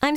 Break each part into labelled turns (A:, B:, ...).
A: I'm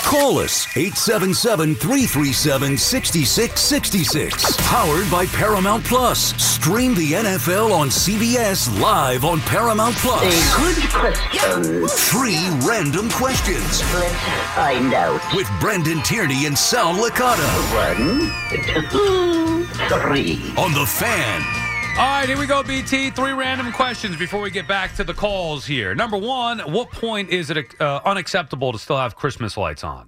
B: Call us 877 337 6666. Powered by Paramount Plus. Stream the NFL on CBS live on Paramount Plus.
C: Good questions.
B: Three random questions
C: Let's find out.
B: with Brendan Tierney and Sal Licata
C: One, two, three.
B: on The Fan.
D: All right, here we go, BT. Three random questions before we get back to the calls here. Number one, what point is it uh, unacceptable to still have Christmas lights on?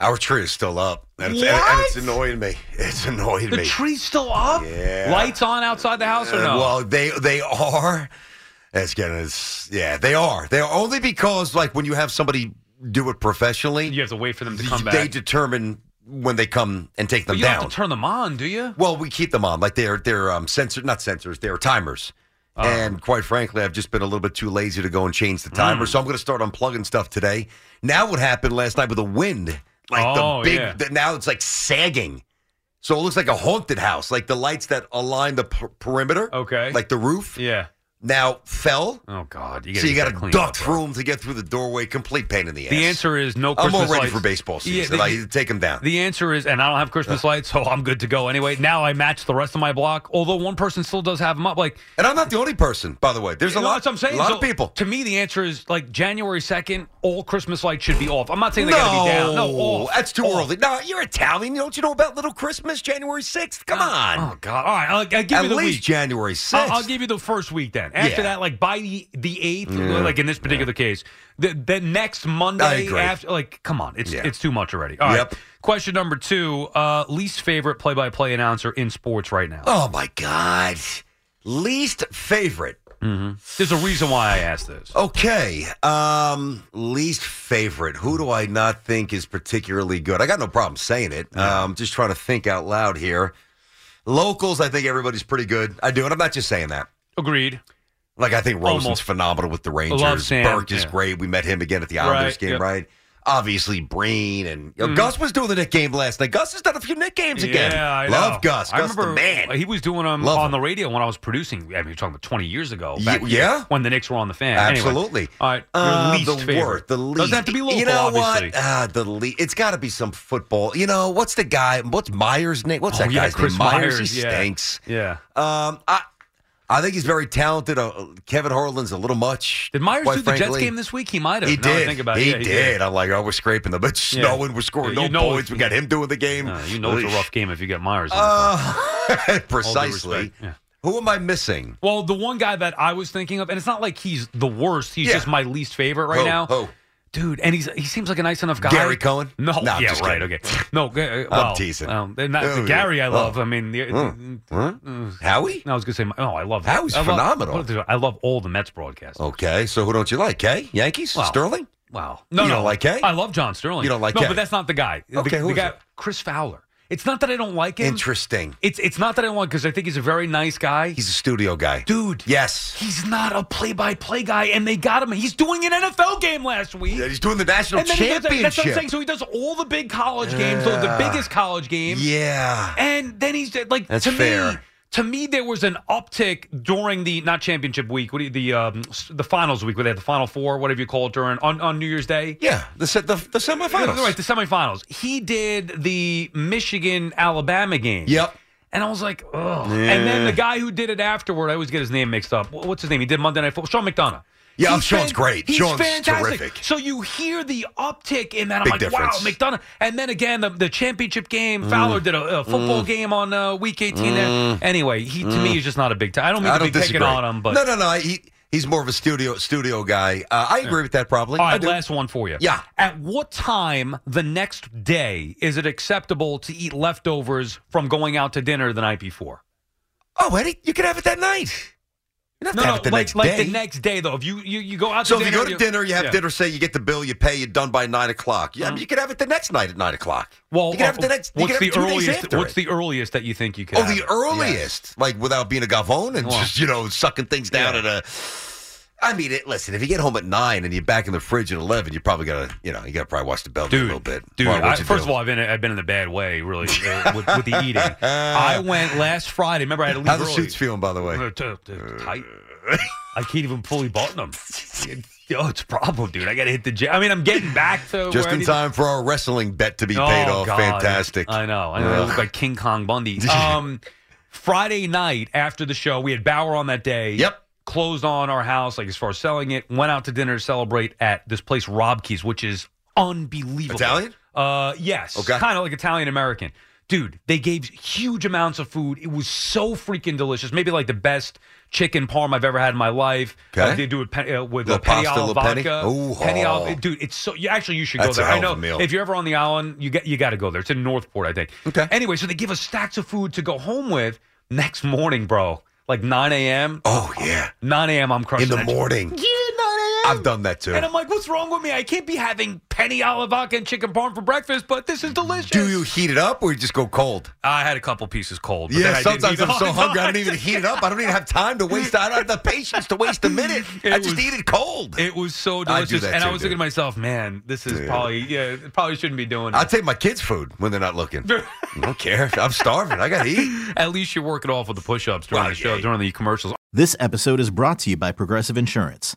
E: Our tree is still up, and it's, and, and it's annoying me. It's annoying
D: The
E: me.
D: tree's still up?
E: Yeah.
D: Lights on outside the house or
E: Uh,
D: no?
E: Well, they they are. It's gonna. It's, yeah, they are. They are only because like when you have somebody do it professionally,
D: you have to wait for them to come
E: they
D: back.
E: determine when they come and take
D: but
E: them
D: you don't
E: down.
D: have to turn them on, do you?
E: well, we keep them on like they're they're um, sensor not sensors, they're timers.
D: Ah.
E: And quite frankly, I've just been a little bit too lazy to go and change the
D: Hmm.
E: timer, so I'm going to start unplugging stuff today. Now, what happened last night with the wind? Like
D: Oh,
E: the big,
D: yeah.
E: the- now it's like sagging. So it looks like a haunted house. Like the lights that align the per- perimeter,
D: Okay.
E: like the roof,
D: Yeah.
E: now fell.
D: Oh, God. You
E: so you
D: get
E: got
D: that
E: to
D: cleaned
E: duck
D: up, bro.
E: through them to get through the doorway. Complete pain in the ass.
D: The answer is no
E: I'm
D: Christmas
E: all ready
D: lights.
E: for baseball
D: Yeah,
E: season.
D: the-
E: like, take them down.
D: The answer is, and I don't have Christmas lights, so I'm good to go anyway. Now I match the rest of my block, although one person still does have them up. Like,
E: and I'm not the only person, by the way. There's a
D: No,
E: lot.
D: that's what I'm saying.
E: A lot
D: So,
E: of people.
D: To me, the answer is like January second. All Christmas lights should be off. I'm not saying they got to be down. No, oh. off.
E: that's too
D: Off.
E: early. No, you're Italian. Don't you know about Little Christmas, January 6th? Come on.
D: Oh God! All right, I'll, I'll give you
E: At
D: the
E: least
D: week.
E: January 6th.
D: I'll, I'll give you the first week then. After
E: Yeah.
D: that, like by the the eighth, like in this particular case, the, the next
E: I
D: Monday
E: agree.
D: after, like, come on, it's
E: Yeah.
D: it's too much already. All right.
E: Yep.
D: Question number two: uh, least favorite play-by-play announcer in sports right now.
E: oh, my God. Least favorite.
D: There's a reason why I asked this.
E: Okay. Um, least favorite. Who do I not think is particularly good? I got no problem saying it. Um, just trying to think out loud here. Locals, I think everybody's pretty good. I do, and I'm not just saying that.
D: Agreed.
E: Like I think Rosen's
D: Almost.
E: phenomenal with the Rangers.
D: Love Sam,
E: Burke is
D: yeah.
E: great. We met him again at the Islanders
D: Right,
E: game,
D: yep.
E: right? Obviously, Breen and you know, Gus was doing the Nick game last night. Gus has done a few Nick games again.
D: Yeah, I
E: Love
D: know.
E: Gus.
D: I
E: Gus the
D: remember
E: man.
D: He was doing them
E: Love
D: on
E: him.
D: the radio when I was producing. I mean, you're talking about 20 years ago.
E: Ye-
D: Back
E: yeah.
D: when the Knicks were on the fan. Anyway.
E: Absolutely.
D: all right, your
E: Uh,
D: least
E: the
D: favorite.
E: Worst, the least.
D: Doesn't have to be local.
E: You know
D: obviously.
E: what? Ah, the least. It's got to be some football. You know what's the guy? What's Myers' name? What's
D: Oh,
E: that
D: yeah,
E: guy's
D: Chris
E: name? Myers.
D: Myers,
E: He
D: yeah.
E: stinks.
D: Yeah.
E: Um, I, I think he's very talented. Uh, Kevin Harlan's a little much.
D: Did Myers
E: quite
D: do the Jets
E: frankly.
D: game this week? He might have.
E: He
D: now that I
E: did.
D: Think about it.
E: he,
D: Yeah,
E: did. I'm like, oh, we're scraping the, but it's
D: Yeah.
E: snowing. We're scoring
D: Yeah, you
E: no
D: know it's-
E: points. We got him doing the game.
D: Uh, you know it's a rough game if you get Myers. On the phone.
E: Uh,
D: All due
E: precisely.
D: respect, yeah.
E: Who am I missing?
D: Well, the one guy that I was thinking of, and it's not like he's the worst. He's
E: Yeah.
D: just my least favorite right
E: Who?
D: now,
E: Who?
D: dude. And he's he seems like a nice enough guy.
E: Gary Cohen?
D: No,
E: No, I'm
D: yeah,
E: just
D: right.
E: kidding.
D: Okay, no. Uh, well,
E: teasing.
D: Um, they're not,
E: Oh,
D: the
E: yeah.
D: Gary I
E: Oh.
D: love. I mean, the,
E: Huh? Howie?
D: No, I was gonna say, my- oh, I love
E: That was
D: I love-
E: phenomenal.
D: put it this way, I love all the Mets broadcasts.
E: Okay, so who don't you like? Hey, Yankees?
D: Wow.
E: Sterling?
D: Wow, no,
E: You
D: no,
E: don't like Kay?
D: I love John Sterling.
E: You don't like
D: no,
E: Kay?
D: but that's not the guy. The-
E: Okay,
D: the,
E: who is
D: guy,
E: it?
D: Chris Fowler. It's not that I don't like him.
E: Interesting.
D: It's it's not that I don't like because I think he's a very nice guy.
E: He's a studio guy.
D: dude.
E: Yes.
D: he's not a play-by-play guy, and they got him. He's doing an NFL game last week.
E: Yeah, he's doing the national
D: and then he does-
E: championship.
D: that's what I'm saying. So he does all the big college games, or the
E: Yeah.
D: biggest college game.
E: yeah.
D: And then he's like,
E: That's
D: to me,
E: fair.
D: to me, there was an uptick during the not championship week, what do you, the um, s- the finals week, where they had the final four, whatever you call it, during on, on New Year's Day.
E: Yeah, the, se- the, the semifinals.
D: Right, the semifinals. He did the Michigan Alabama game.
E: Yep.
D: And I was like, ugh. And then the guy who did it afterward, I always get his name mixed up. Wh- What's his name? He did Monday Night Football. Sean McDonough.
E: Yeah,
D: He's
E: Sean's
D: fan-
E: great.
D: He's
E: Sean's
D: fantastic.
E: terrific.
D: So you hear the uptick in that. I'm
E: Big
D: like,
E: difference. Mm.
D: wow, McDonough. And then again, the, the championship game, Fowler did a, a football game on uh, week 18. There. Anyway, he to me is just not a big time. I don't mean
E: Mm. I
D: to
E: don't
D: be
E: disagree.
D: picking on him, but
E: no, no, no. He, he's more of a studio studio guy. Uh, I agree with that. Probably.
D: All
E: I
D: right,
E: do.
D: last one for you.
E: Yeah.
D: At what time the next day is it acceptable to eat leftovers from going out to dinner the night before?
E: Oh, Eddie, you can have it that night. You don't have to have it the
D: like,
E: next
D: like
E: day.
D: the next day though. If you you, you go out
E: so
D: to
E: if you
D: dinner,
E: go to dinner, you have
D: yeah. Uh-huh.
E: dinner. Say you get the bill, you pay, you're done by nine o'clock. Yeah, I mean, you could have it the next night at nine o'clock.
D: Well,
E: you can have
D: uh,
E: it the next. You
D: what's
E: can have
D: the
E: it two days
D: earliest?
E: after
D: what's
E: it.
D: the earliest that you think you can?
E: Oh, the earliest, like without being a gavone and
D: Well.
E: just you know sucking things down
D: Yeah.
E: at a. I mean, it, listen, if you get home at nine and you're back in the fridge at eleven, you probably gotta, you know, you gotta probably watch the bell a
D: Dude,
E: little bit.
D: dude.
E: Why,
D: I,
E: what'd you
D: first
E: do?
D: of all, I've been I've been in a bad way really uh, with, with the eating. I went last Friday. Remember, I had to leave
E: how the
D: early.
E: suits feeling, by the way?
D: Uh, t- t- tight. I can't even fully button them. Oh, it's a problem, dude. I got to hit the gym. I mean, I'm getting back to
E: Just
D: where I
E: in
D: need-
E: time for our wrestling bet to be
D: Oh,
E: paid off.
D: God.
E: Fantastic.
D: I know. I know. I look like King Kong Bundy. Um, Friday night after the show, we had Bauer on that day.
E: Yep.
D: Closed on our house, like as far as selling it. Went out to dinner to celebrate at this place, Robke's, which is unbelievable.
E: Italian?
D: Uh, yes.
E: Okay.
D: Kind of like Italian American. Dude, they gave huge amounts of food. It was so freaking delicious. Maybe like the best chicken parm I've ever had in my life.
E: Okay.
D: Uh, they do it pe- uh, with
E: Little
D: a penny
E: pasta,
D: olive
E: little penny?
D: vodka.
E: Ooh,
D: penny
E: oh.
D: olive. Dude, it's so. You, actually, you should
E: That's a
D: go there.
E: hell
D: I know.
E: of a meal.
D: If you're ever on the island, you get you got to go there. It's in Northport, I think.
E: Okay.
D: Anyway, so they give us stacks of food to go home with next morning, bro. Like 9 a.m.
E: Oh yeah,
D: 9 a.m. I'm crushing
E: in the
D: that
E: morning.
D: shit. Yeah, 9 a.m.
E: I've done that too.
D: And I'm like, what's wrong with me? I can't be having penny olive vodka and chicken parm for breakfast, but this is delicious.
E: Do you heat it up or you just go cold?
D: I had a couple pieces cold. but then
E: Yeah,
D: I didn't
E: sometimes
D: even-
E: I'm so hungry I don't even heat it up. I don't even have time to waste. I don't have the patience to waste a minute.
D: It
E: I just
D: was-
E: eat it cold.
D: It was so
E: I do
D: delicious,
E: that
D: and I
E: too,
D: was
E: dude.
D: thinking to myself, man, this is probably yeah, probably shouldn't be doing.
E: I
D: it.
E: take my kids' food when they're not looking. I don't care. I'm starving. I gotta eat.
D: At least you're working off with the push-ups during
E: Well,
D: the show,
E: yeah.
D: during the commercials.
F: This episode is brought to you by Progressive Insurance.